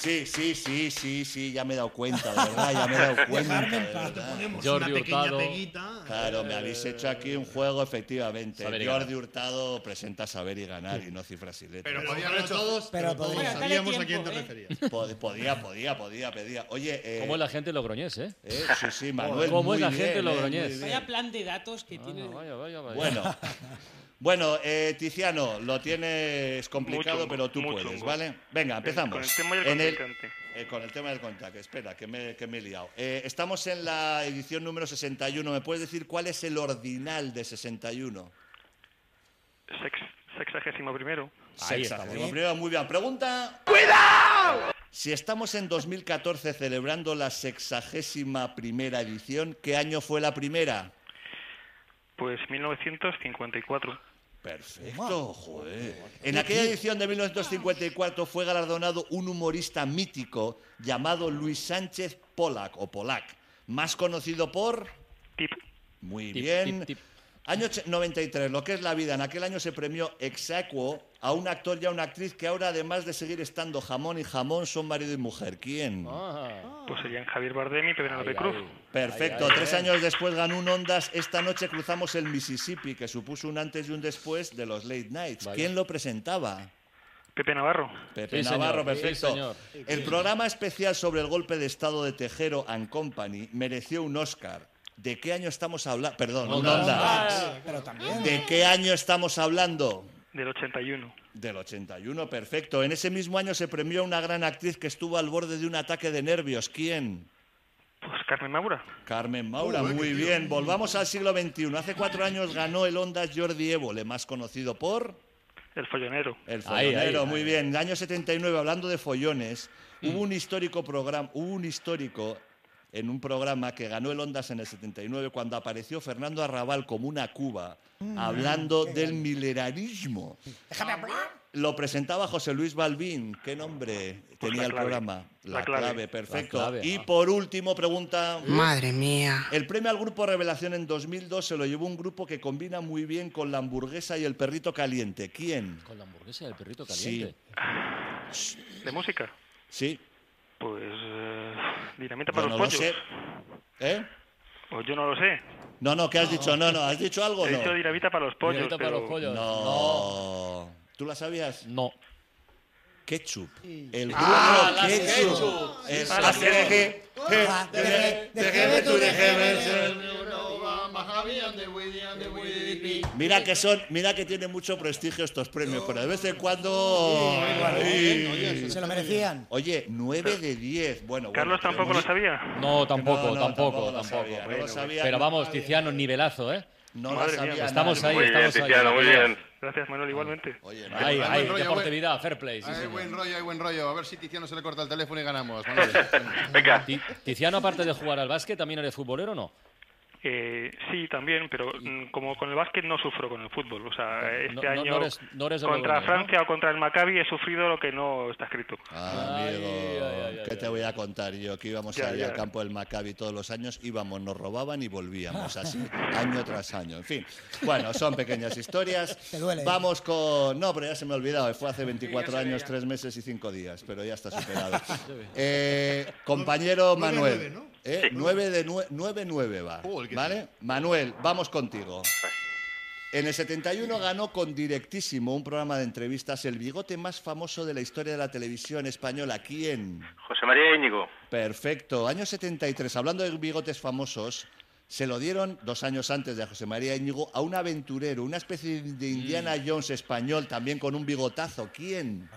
Sí, sí, sí, sí, sí, ya me he dado cuenta, de verdad, ya me he dado cuenta.
Dejarme en
de
paz, te
verdad.
ponemos Jordi una pequeña Hurtado. peguita.
Claro, me habéis hecho aquí un juego, efectivamente.
Saber y
Jordi Hurtado presenta saber y ganar y no cifras y letras.
Pero podían haber hecho todos, pero, todos
podía.
sabíamos a quién te referías.
Pod- podía, podía, podía, pedía. Oye, eh,
¿Cómo es la gente logroñés, eh?
eh, sí, sí, Manuel.
¿Cómo es
muy
la
bien,
gente
eh, muy
logroñés?
bien.
Vaya plan de datos que tiene.
Bueno, bueno, eh, Tiziano, lo tienes complicado,
chungo,
pero tú
muy
puedes,
chungo.
¿vale? Venga,
Eh,
empezamos.
con el tema del
En
contrincante.
eh, con el tema del contacto, espera, que me, que me he liado. Eh, estamos en la edición número 61. ¿Me puedes decir cuál es el ordinal de 61?
sexagésimo primero.
Ahí Primero, muy bien. Pregunta. Si estamos en 2014 celebrando la sexagésima primera edición, ¿qué año fue la primera?
Pues 1954.
Perfecto, joder. En aquella edición de 1954 fue galardonado un humorista mítico llamado Luis Sánchez Polak o Polak, más conocido por Tip. Muy
Tip,
bien.
tip, tip.
Año och- 93, lo que es la vida. En aquel año se premió ex aequo a un actor y a una actriz que ahora, además de seguir estando jamón y jamón, son marido y mujer. ¿Quién?
Pues serían Javier Bardem y Penélope Cruz.
Perfecto,
Ay, ay,
tres
ay.
años después ganó un Ondas. Esta noche cruzamos el Mississippi, que supuso un antes y un después de los late nights. ¿Quién lo presentaba?
Pepe Navarro.
Pepe Navarro, perfecto. El programa especial sobre el golpe de estado de Tejero and Company mereció un Oscar. ¿De qué año estamos hablando? Perdón, un
Ondas.
Ondas.
Pero también.
¿De qué año estamos hablando?
Del 81.
Del 81, perfecto. En ese mismo año se premió a una gran actriz que estuvo al borde de un ataque de nervios. ¿Quién?
Pues Carmen Maura.
Carmen Maura,
Oh, qué
muy
tío.
bien. Volvamos al siglo XXI. Hace cuatro años ganó el Ondas Jordi Évole, más conocido por...
El follonero.
El Follonero, muy bien. En el año 79, hablando de follones,
Mm.
hubo un histórico programa, hubo un histórico en un programa que ganó el Ondas en el 79 cuando apareció Fernando Arrabal como una cuba
Mm,
hablando
qué
del milerarismo.
Déjame hablar.
Lo presentaba José Luis Balbín. ¿Qué nombre tenía
Pues la
el
clave.
programa?
La clave.
perfecto.
La clave,
y
ah.
por último, pregunta...
Madre mía.
El premio al grupo Revelación en 2002 se lo llevó un grupo que combina muy bien con la hamburguesa y el perrito caliente. ¿Quién?
Con la hamburguesa del perrito
Sí.
caliente.
¿De música?
Sí.
Pues. eh, dinamita
Yo
para
no
los
lo
pollos.
sé. ¿Eh?
Pues yo no lo sé.
No, no, ¿qué has dicho? No, no, ¿has dicho algo? o
He
No.
dicho dinamita para los pollos.
Dinamita para
pero-
los pollos.
No. ¿Tú la sabías?
No.
Ketchup. El grupo
Ah, la
Ketchup.
Ketchup.
El-
Sí, la
Así de
Ketchup.
que-
Ah,
de-
de-
de-
de-
de- de-
tú, de-
Mira que son, mira que tienen mucho prestigio estos premios, pero de vez en cuando. Ay.
Se lo merecían.
Oye, 9 de 10. Bueno, bueno,
Carlos
pero
tampoco
muy-
lo sabía.
No, tampoco,
No, no,
tampoco,
tampoco lo
tampoco.
sabía, no lo sabía.
Pero vamos, Tiziano, nivelazo, ¿eh?
No lo Madre sabía mía.
Estamos ahí,
Muy bien,
estamos ahí.
Tiziano, muy
compañeros.
bien. Gracias, Manuel, igualmente.
Oye,
Ahí,
Hay
ahí,
buen rollo,
deportividad, fair play. sí,
Hay
señor.
buen rollo, hay buen rollo. A ver si Tiziano se le corta el teléfono y ganamos. Manuel.
Ti- Tiziano, aparte de jugar al básquet, ¿también eres futbolero o no?
Eh, sí, también, pero mm, como con el básquet no sufro con el fútbol. O sea, este
no- no
año
eres- no eres de
contra
Logroño, ¿no?
Francia o contra el Maccabi he sufrido lo que no está escrito.
Ah, Amigo, ¿qué te voy a contar yo? Que íbamos
Ya,
a ir
ya.
al campo del Maccabi todos los años, íbamos, nos robaban y volvíamos así, año tras año. En fin, bueno, son pequeñas historias.
Te duele, ¿eh?
Vamos con... No, pero ya se me ha olvidado, eh, fue hace 24
se
años,
veía.
3 meses y 5 días, pero ya está superado. Eh, compañero
Nueve,
Manuel.
nueve,
¿eh? 9 de 9, 9, va. ¿Vale? Manuel, vamos contigo. En el 71 ganó con Directísimo, un programa de entrevistas, el bigote más famoso de la historia de la televisión española. ¿Quién?
José María Íñigo.
Perfecto. Año 73, hablando de bigotes famosos, se lo dieron dos años antes de José María Íñigo a un aventurero, una especie de
Mm.
Indiana Jones español, también con un bigotazo. ¿Quién?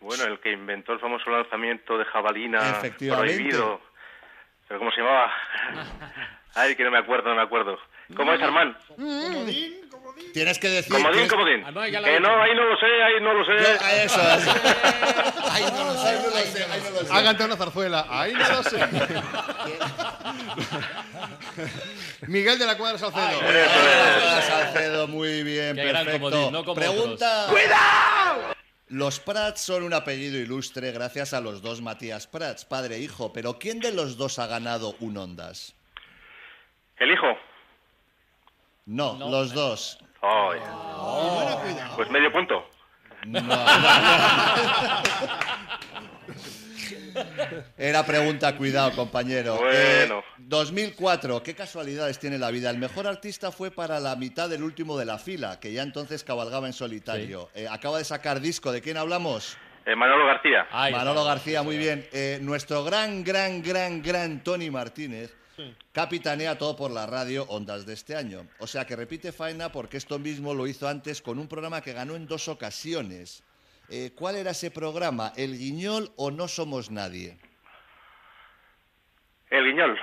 Bueno, el que inventó el famoso lanzamiento de jabalina
Efectivamente.
prohibido. ¿Pero cómo se llamaba? Ay, que no me acuerdo, no me acuerdo. ¿Cómo es, Armán?
Mm.
Tienes que decir.
Comodín,
tienes-
comodín.
Ah,
Que no, ahí no lo sé, ahí no lo sé.
Eso es. Ahí no lo sé, ahí no lo sé, ahí no lo sé.
Ha cantado una zarzuela. Ahí no lo sé. Miguel de la Cuadra Salcedo.
Hola, Salcedo, muy bien,
Qué gran
perfecto.
comodín, no como
Pregunta.
otros.
Los Prats son un apellido ilustre gracias a los dos Matías Prats, padre e hijo. Pero ¿quién de los dos ha ganado un Ondas?
El hijo.
No, los dos.
Ay. Pues medio punto.
Era pregunta, cuidado, compañero.
Bueno.
Eh, 2004, qué casualidades tiene la vida. El mejor artista fue para la mitad del último de la fila, que ya entonces cabalgaba en solitario. Eh, acaba de sacar disco, ¿de quién hablamos?
Eh, Manolo García.
Manolo García, muy bien. Eh, nuestro gran, gran, gran, gran Tony Martínez capitanea todo por la radio Ondas de este año. O sea que repite faena porque esto mismo lo hizo antes con un programa que ganó en dos ocasiones. Eh, ¿Cuál era ese programa? ¿El Guiñol o No Somos Nadie?
El guiñol.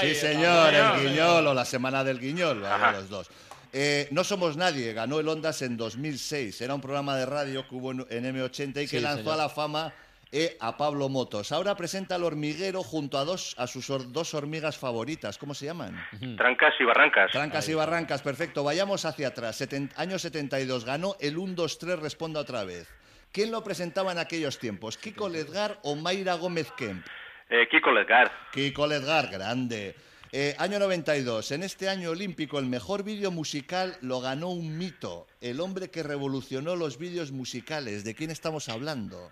sí, señor, el Guiñol o la Semana del Guiñol, vale, los dos. Eh, no Somos Nadie ganó el Ondas en 2006. Era un programa de radio que hubo en en M80 y que
Sí,
lanzó
señor.
a la fama eh, a Pablo Motos. Ahora presenta al hormiguero junto a, dos, a sus hor- dos hormigas favoritas. ¿Cómo se llaman?
Trancas y barrancas.
Trancas y barrancas, perfecto. Vayamos hacia atrás. Seten- año 72 ganó el 1-2-3, responda otra vez. ¿Quién lo presentaba en aquellos tiempos? ¿Kiko Ledgar o Mayra Gómez Kemp?
Eh, Kiko Ledgar.
Kiko Ledgar, grande. Eh, año 92. En este año olímpico, el mejor vídeo musical lo ganó un mito. El hombre que revolucionó los vídeos musicales. ¿De quién estamos hablando?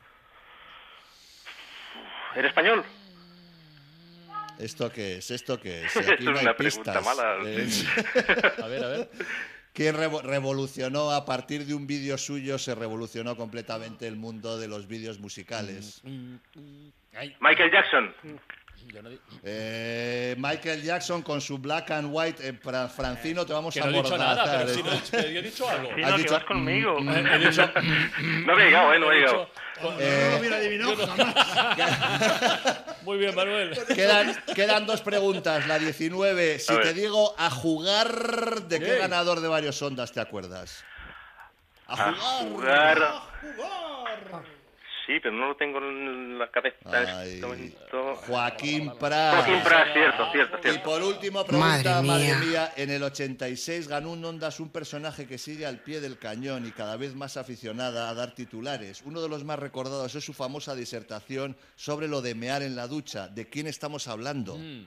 ¿En español?
¿Esto qué es? ¿Esto qué es?
Es
Aquí no hay
una
pistas.
pregunta mala.
Eh,
A ver, a ver.
que revo- revolucionó a partir de un vídeo suyo, se revolucionó completamente el mundo de los vídeos musicales.
Mm.
Michael Jackson.
Eh, Michael Jackson con su black and white, eh, fra- Francino, te vamos
Que
a
no he dicho
amordazar,
nada, pero sí,
¿eh?
no, yo he dicho algo.
Has dicho, mm, mm,
He dicho-
No había llegado, eh, no
He
había llegado.
dicho-
Eh,
Yo no- Muy bien, Manuel.
Quedan, quedan dos preguntas, la 19. Si
A
te
ver.
digo a jugar, ¿de qué
Ey.
ganador de varios ondas te acuerdas? Ah,
A jugar. Sí, pero no lo tengo en la cabeza en este momento.
Joaquín Prat.
Joaquín Prat, cierto, cierto, cierto.
Y por último, pregunta, madre
Madre
mía.
mía.
en el 86 ganó un Ondas un personaje que sigue al pie del cañón y cada vez más aficionada a dar titulares. Uno de los más recordados es su famosa disertación sobre lo de mear en la ducha. ¿De quién estamos hablando?
Mm.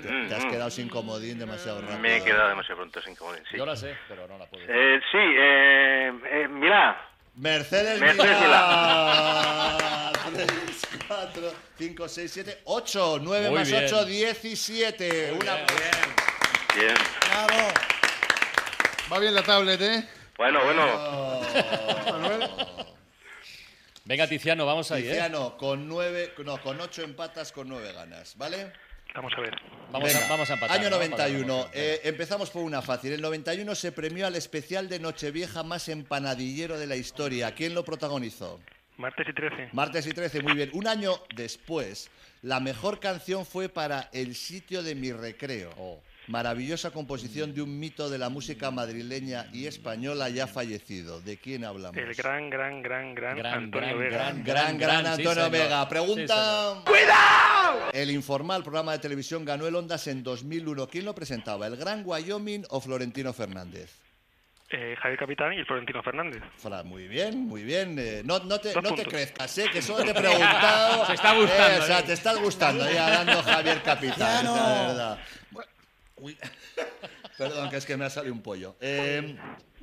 Te, te has quedado sin comodín demasiado rápido.
Mm, Me he quedado demasiado pronto sin comodín, sí.
Yo la sé, pero no la puedo.
Eh, sí, eh, eh, Milá.
Mercedes
Mercedes
Milá. 3, 4, 5, 6, 7, 8, 9
Muy
más
bien.
8, 17. Una
Bien.
Bravo.
Va bien la tablet, ¿eh?
Bueno, bueno.
Venga, Tiziano, vamos ahí, ¿eh?
Tiziano, con nueve, no, con ocho empatas, con nueve ganas, ¿vale?
Vamos a ver.
Vamos a- vamos a empatar,
Año
¿no?
91.
Vamos a empatar.
Eh, empezamos por una fácil. El 91 se premió al especial de Nochevieja más empanadillero de la historia. ¿Quién lo protagonizó?
Martes y 13.
Martes y 13, muy bien. Un
Oh.
año después, la mejor canción fue para El sitio de mi recreo. Maravillosa
Mm.
composición de un mito de la música madrileña y española ya fallecido. ¿De quién hablamos?
El gran, gran, gran, gran, Eh, Antonio
gran,
Vega.
gran, gran, gran Antonio Vega. Pregunta.
¡Cuidado!
El informal programa de televisión ganó el Ondas en 2001. ¿Quién lo presentaba? ¿El Gran Wyoming o Florentino Fernández?
Eh, Javier Capitán y Florentino Fernández.
Fra, muy bien, muy bien. Eh, no, no te,
Dos
no te
puntos.
crezcas, ¿eh? que solo te he preguntado.
Se está gustando,
Eh, o sea,
eh.
te está gustando ya dando Javier Capitán,
Ya no.
la verdad. Bueno, uy. Perdón, que es que me ha salido un pollo. Eh,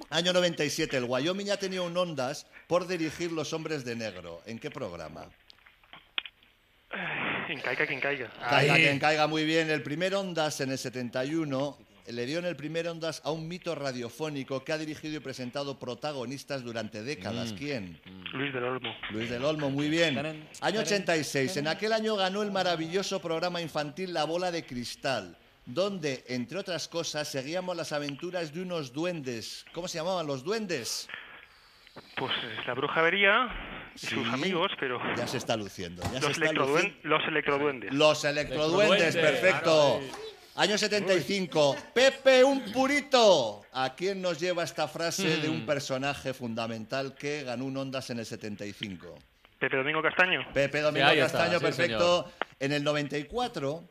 año 97, el Wyoming ya tenía un Ondas por dirigir Los Hombres de Negro. ¿En qué programa?
Eh, Quien caiga, quien caiga.
Caiga quien caiga muy bien. El primer Ondas en el 71 le dio en el primer Ondas a un mito radiofónico que ha dirigido y presentado protagonistas durante décadas.
Mm.
¿Quién?
Luis del Olmo.
Luis del Olmo, muy bien.
Tarán,
Año
tarán,
86. En
tarán.
aquel año ganó el maravilloso programa infantil La Bola de Cristal, donde, entre otras cosas, seguíamos las aventuras de unos duendes. ¿Cómo se llamaban los duendes?
Pues eh, la bruja vería y sus
Sí.
amigos, pero.
Ya se está luciendo. ya se
los,
está
electroduen-
luciendo.
los electroduendes.
Los electroduendes, perfecto. Año 75. Pepe, un purito. ¿A quién nos lleva esta frase de un personaje fundamental que ganó un Ondas en el 75?
Pepe Domingo Castaño.
Pepe Domingo
ahí está,
Castaño,
sí,
perfecto. En el 94,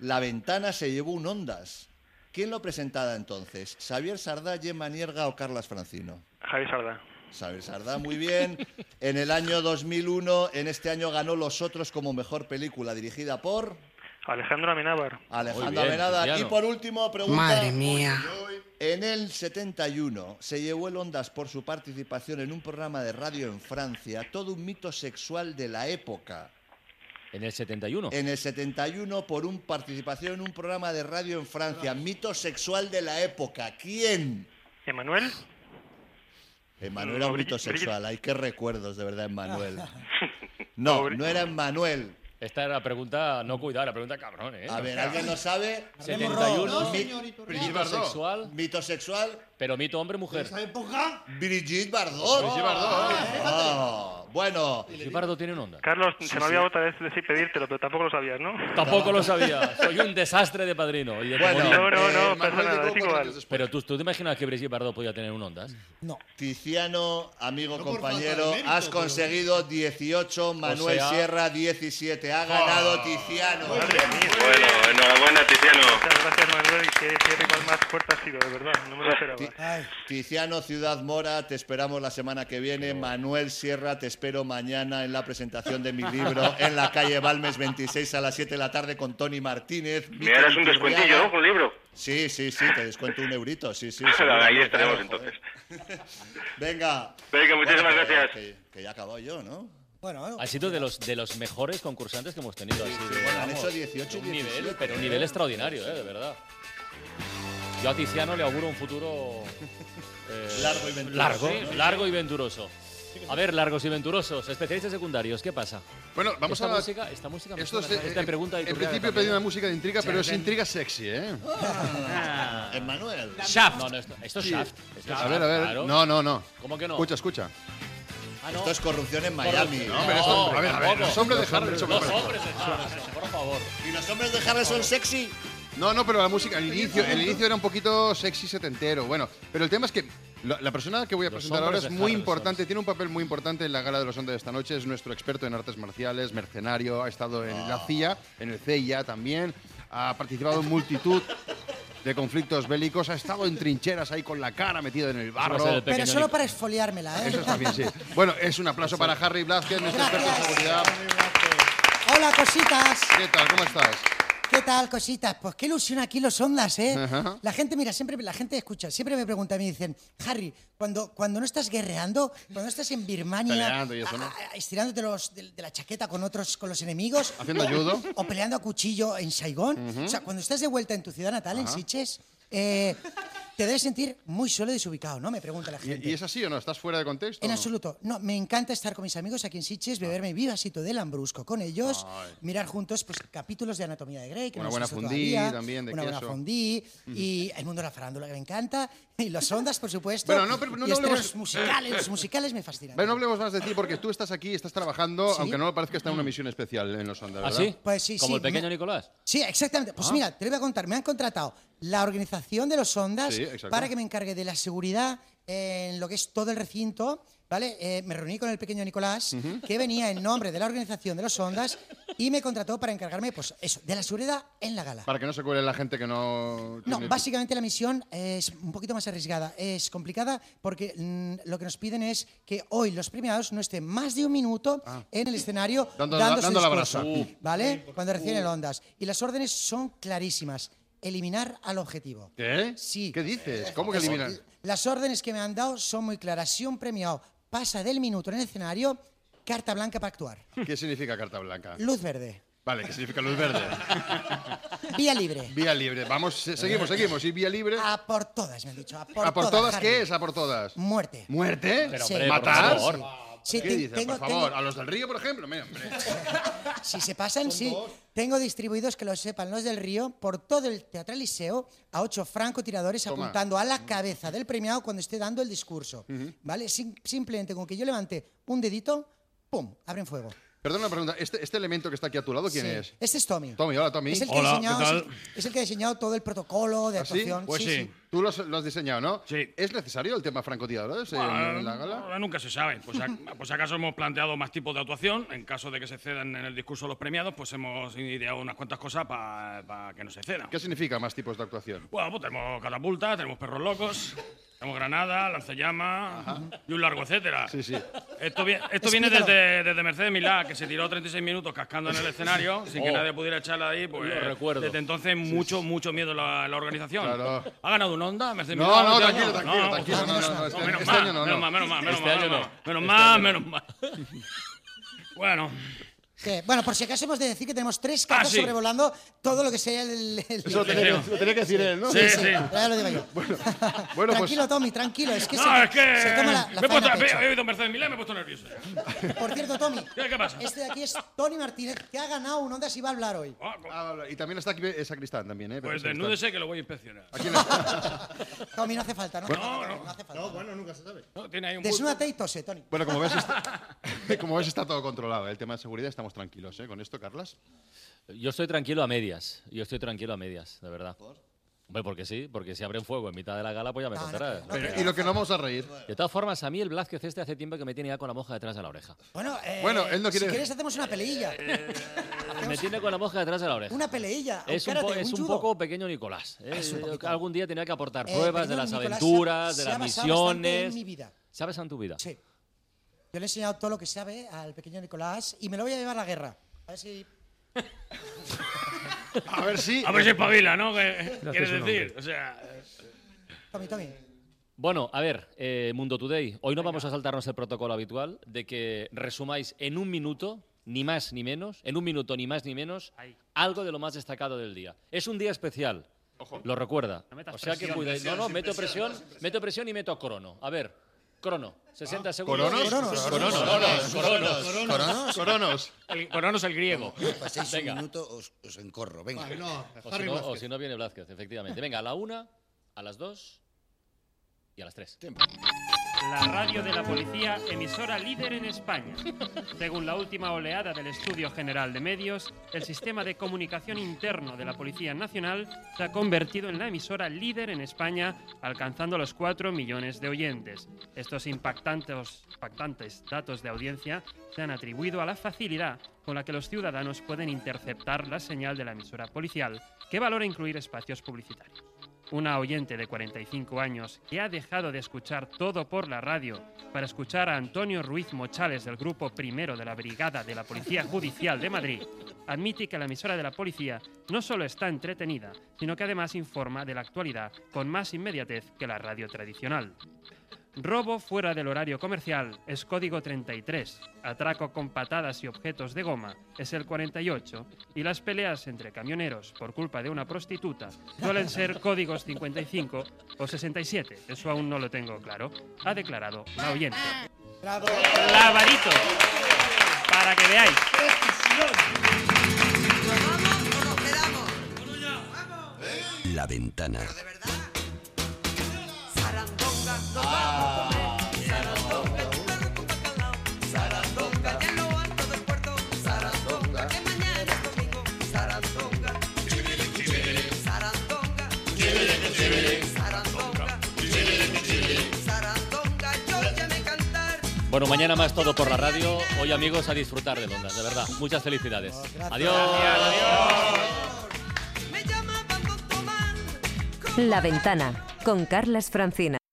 La Ventana se llevó un Ondas. ¿Quién lo presentaba entonces? ¿Xavier Sardá, Gemma Nierga o Carlas Francino?
Javier Sardá.
Xavier Sardá, muy bien. En el año 2001, en este año ganó Los Otros como mejor película, dirigida por
Alejandro Amenábar.
Alejandro Avenada. Y por último, pregunta.
Madre mía.
En el 71 se llevó el Ondas por su participación en un programa de radio en Francia, todo un mito sexual de la época.
En el 71.
En el 71 por un participación en un programa de radio en Francia, mito sexual de la época. ¿Quién?
¿Emanuel?
Emanuel era un
Bri-
mito
Bri-
sexual. Hay que recuerdos de verdad, Emanuel. No, no era Emanuel.
Esta era la pregunta, no cuidado, la pregunta cabrón, ¿eh?
A ver, ¿alguien lo sabe?
71. No,
Mi-
señorito, no.
Brigitte
Mito
Bardot.
sexual.
Mito sexual.
Pero mito hombre mujer.
época? Brigitte Bardot.
Brigitte Bardot, eh.
Ah, bueno.
Brigitte Bardot tiene un onda.
Carlos,
Sí,
se me
sí.
había otra vez decir pedírtelo, pero tampoco lo sabías, ¿no?
Tampoco lo sabía. Soy un desastre de padrino. Y de
Bueno,
comodín.
no, no, no, Eh, pasa Manuel nada, llegó es igual. cuatro
Pero ¿tú, tú te imaginas que Brigitte Bardot podía tener un ondas.
No.
Tiziano, amigo,
por
compañero,
falta de mérito,
has
pero-
conseguido 18, Manuel
sea-
Sierra 17. Ha
Ah.
ganado Tiziano.
Bueno, enhorabuena, Tiziano. Muchas gracias, Manuel. Qué, qué rival más fuerte ha sido, de verdad. No me lo esperaba.
Tiziano Ciudad Mora, te esperamos la semana que viene. Manuel Sierra, te espero mañana en la presentación de mi libro en la calle Balmes 26 a las 7 de la tarde con Tony Martínez.
Me harás un
Víctor
descuentillo, ¿no?
Iturriaga.
Con el libro.
Sí, sí, sí, te descuento un eurito. Sí, sí.
Ahí
seguramente,
estaremos
claro,
entonces.
joder. Venga.
Venga, muchísimas
Bueno, que-
gracias.
Que, que ya he acabado yo, ¿no?
Bueno,
Oh,
Ha sido de los, de los mejores concursantes que hemos tenido. así de,
bueno, han
vamos,
hecho 18 y
un nivel,
17,
Pero un nivel
¿eh?
extraordinario, ¿eh? de verdad. Yo a Tiziano le auguro un futuro... eh,
Largo y venturoso.
Largo,
Sí.
largo y venturoso. A ver, largos y venturosos. Especialistas secundarios, ¿qué pasa?
Bueno, vamos
esta
a la-
Música, esta música me
Esto es,
suena,
eh,
esta
eh,
pregunta de
en
Iturriaga
principio he
también.
pedido una música de intriga, pero es
Chapen.
intriga sexy, ¿eh?
Emanuel.
Shaft. No, no, esto, esto es
Sí.
Shaft. Esto es
A ver, a
Shaft,
ver.
Ah, claro.
No, no, no.
¿Cómo que no?
Escucha, escucha.
Ah, no.
Esto es corrupción en Miami.
No, hombre, eso- a ver, a ver, los hombres de Harlem son
Los
perfectos.
hombres de Harlem, por favor.
¿Y los hombres de Harlem son sexy?
No, no, pero la música, el inicio, el inicio era un poquito sexy setentero. Bueno, pero el tema es que la, la persona que voy a
Los
presentar ahora
hombres
es
de
muy
Harlem
importante, tiene un papel muy importante en la gala de los Ondas de esta noche. Es nuestro experto en artes marciales, mercenario, ha estado en
Ah.
la CIA, en el CIA también, ha participado en multitud de conflictos bélicos, ha estado en trincheras ahí con la cara metida en el barro.
Pero solo para esfoliármela, ¿eh?
Eso está bien, sí. Bueno, es un aplauso para Harry Blázquez, nuestro experto en seguridad.
Hola, cositas.
¿Qué tal? ¿Cómo estás?
¿Qué tal, cositas? Pues qué ilusión aquí los ondas, ¿eh?
Ajá.
La gente, mira, siempre la gente escucha, siempre me pregunta a mí, dicen, Harry, cuando, cuando no estás guerreando, cuando no estás en Birmania,
Peleando y eso,
a-
¿no?
a- estirándote los, de, de la chaqueta con otros, con los enemigos,
Haciendo judo.
o peleando a cuchillo en Saigón,
Ujú.
o sea, cuando estás de vuelta en tu ciudad natal, en
Ajá.
Siches, eh, te debes sentir muy solo y desubicado, ¿no? Me pregunta la gente.
¿Y, y es así o no? ¿Estás fuera de contexto?
En
o no?
absoluto. No, me encanta estar con mis amigos aquí en Sitges, beberme vivasito de lambrusco con ellos,
Ah. Ay.
mirar juntos pues, capítulos de Anatomía de Grey, que
Una
no hemos
buena
visto
fundí
todavía,
también de
una
queso.
buena fundí, y el mundo de la farándula que me encanta, y las ondas, por supuesto.
Bueno, no, pero no
y los
hablemos-
estrenos musicales, los musicales me fascinan.
Pero no hablemos más de ti porque tú estás aquí, estás trabajando,
Sí.
aunque no lo parezca, está en una misión especial en los Ondas.
¿Ah,
¿verdad?
sí? Pues sí, ¿Como sí, el pequeño me-
Nicolás?
Sí, exactamente.
Ah.
Pues mira, te lo voy a contar. Me han contratado la organización de los ondas
Sí, exacto.
para que me encargue de la seguridad en lo que es todo el recinto. ¿Vale? Eh, me reuní con el pequeño Nicolás, que venía en nombre de la organización de los ondas y me contrató para encargarme, pues eso, de la seguridad en la gala.
Para que no se cuele la gente que no...
No,
tiene-
básicamente la misión es un poquito más arriesgada, es complicada porque mm, lo que nos piden es que hoy los premiados no estén más de un minuto en el escenario
Ah. Dando
dando,
la-
su
dando la
discurso,
brasa. Uh.
¿vale? Cuando recién el
Uh.
ondas. Y las órdenes son clarísimas. Eliminar al objetivo.
¿Qué?
Sí.
¿Qué dices? ¿Cómo que
Es-
eliminar?
Las órdenes que me han dado son muy claras. Si un premiado pasa del minuto en el escenario, carta blanca para actuar.
¿Qué significa carta blanca?
Luz verde.
Vale, ¿qué significa luz verde?
Vía libre.
Vía libre. Vamos, se- seguimos, seguimos. ¿Y vía libre?
Eh. A por todas, me han dicho. A por,
¿A por todas
Harry.
qué es? ¿A por todas?
Muerte.
¿Muerte?
Pero, Sí. hombre, por
¿Matar?
favor. Sí,
¿Qué
ten-
dices?
tengo-
por favor,
tengo-
a los del río, por ejemplo. Mira, hombre.
Si se pasan, sí. Tengo distribuidos que lo sepan los del Río por todo el Teatro Liceo a ocho francotiradores
Toma.
apuntando a la cabeza del premiado cuando esté dando el discurso. ¿Vale? Sim- simplemente con que yo levante un dedito, ¡pum! Abren fuego.
Perdona una pregunta. ¿Este, este elemento que está aquí a tu lado quién
Sí.
es?
Este es Tommy.
Tommy, hola, Tommy.
Es el, que ha diseñado, es el- es el que ha diseñado todo el protocolo de
¿Ah, sí?
actuación.
Pues sí. Tú lo has, lo has diseñado, ¿no? Sí. ¿Es necesario el tema francotiradores en,
Bueno,
en la gala?
ahora nunca se sabe. Pues, a- pues acaso hemos planteado más tipos de actuación. En caso de que se cedan en el discurso los premiados, pues hemos ideado unas cuantas cosas para que no se cedan.
¿Qué significa más tipos de actuación?
Bueno, pues tenemos catapultas, tenemos perros locos, tenemos granada, lanzallamas y un largo etcétera.
Sí, sí.
Esto, vi- esto viene
Explícalo.
desde, desde Mercedes Milá, que se tiró 36 minutos cascando en el escenario sin que
Oh.
nadie pudiera echarla ahí. Pues,
Lo recuerdo.
Desde entonces, mucho, mucho miedo la, la organización.
Claro.
¿Ha ganado un onda Mercedes
No,
Milá?
no,
este
tranquilo,
año?
tranquilo, tranquilo,
hostia,
no, no, no, este-
menos
este
mal,
año no,
Menos
no.
mal, menos mal, menos
Este
mal,
año
menos
no.
mal, menos
Este
mal,
año
menos mal. Bueno,
Que, bueno, por si acaso hemos de decir que tenemos tres cartas
Ah, sí.
sobrevolando todo lo que sea el. el-
Eso lo tenía, que- lo tenía que decir él, ¿no?
Sí, sí. Ya lo digo yo.
Bueno, pues-
tranquilo, Tommy, tranquilo. Es que
no,
se,
es que
se toma la, la
me he, puesto,
faena a pecho.
he- he oído Mercedes Milá y me he puesto nervioso.
Por cierto, Tommy,
¿Qué, qué pasa?
este de aquí es Tony Martínez, que ha ganado un Ondas y va a hablar hoy.
Oh,
Ah, vale. y también está aquí eh, Sacristán también, ¿eh? Pero
Pues
Sacristán.
desnúdese que lo voy a inspeccionar.
Tommy, no hace falta, ¿no? hace
Bueno,
falta, no hace falta. No, bueno, nunca se sabe.
No, tiene ahí un
Desnúdate y tose, Tony.
Bueno, como ves, está, como ves, está todo controlado. ¿eh? El tema de seguridad, estamos tranquilos, ¿eh? Con esto, Carlas.
Yo estoy tranquilo a medias. Yo estoy tranquilo a medias, de verdad. Hombre, porque sí, porque si abren fuego en mitad de la gala, pues ya me contarás.
Pero- y lo que no vamos a reír.
De todas formas, a mí el Blázquez este hace tiempo que me tiene ya con la moja detrás de la oreja.
Bueno, eh,
Bueno, él no quiere-
si quieres hacemos una peleilla.
Me tiene con la moja detrás de la oreja.
Una peleilla.
Eh, Es un,
encárate,
po- es un
judo.
poco pequeño Nicolás. ¿eh?
Es
Yo
un
Algún día tenía que aportar
Eh,
pruebas de
pequeño
las
Nicolás se ha-
aventuras,
se
de las
ha basado bastante
misiones.
en mi vida.
¿Sabes en tu vida?
Sí. Yo le he enseñado todo lo que sabe al pequeño Nicolás y me lo voy a llevar a la guerra. A ver si.
A ver si.
A ver si espabila, ¿no? ¿Qué
Gracias,
quieres
un
decir? O sea. eh,
Tommy, Tommy.
Bueno, a ver, eh, Mundo Today, hoy no vamos a saltarnos el protocolo habitual de que resumáis en un minuto, ni más ni menos, en un minuto ni más ni menos, algo de lo más destacado del día. Es un día especial, lo recuerda.
No metas
o sea que
presión.
cuidáis. No, no,
Sin
meto
presión,
presión, meto presión y meto crono. A ver, crono, 60 segundos.
¿Coronos?
Cronos,
Coronos,
coronos,
coronos,
coronos,
coronos, coronos.
El coronos el griego.
Paséis
Venga.
un minuto, os, os encorro. Venga.
Vale, O si, no, o si no viene Blázquez, efectivamente. Venga, a la una, a las dos y a las tres.
La radio de la policía, emisora líder en España. Según la última oleada del Estudio General de Medios, el sistema de comunicación interno de la Policía Nacional se ha convertido en la emisora líder en España, alcanzando los 4 millones de oyentes. Estos impactantes, impactantes datos de audiencia se han atribuido a la facilidad con la que los ciudadanos pueden interceptar la señal de la emisora policial, que valora incluir espacios publicitarios. Una oyente de 45 años que ha dejado de escuchar todo por la radio para escuchar a Antonio Ruiz Mochales del Grupo Primero de la Brigada de la Policía Judicial de Madrid admite que la emisora de la policía no solo está entretenida, sino que además informa de la actualidad con más inmediatez que la radio tradicional. Robo fuera del horario comercial es código 33. Atraco con patadas y objetos de goma es el 48. Y las peleas entre camioneros por culpa de una prostituta suelen ser códigos 55 o 67. Eso aún no lo tengo claro. Ha declarado la oyente. Clavarito. Para que veáis.
La ventana.
Bueno, mañana más todo por la radio. Hoy, amigos, a disfrutar de Ondas, de verdad. Muchas felicidades. adiós.
La Ventana, con Carlas Francina.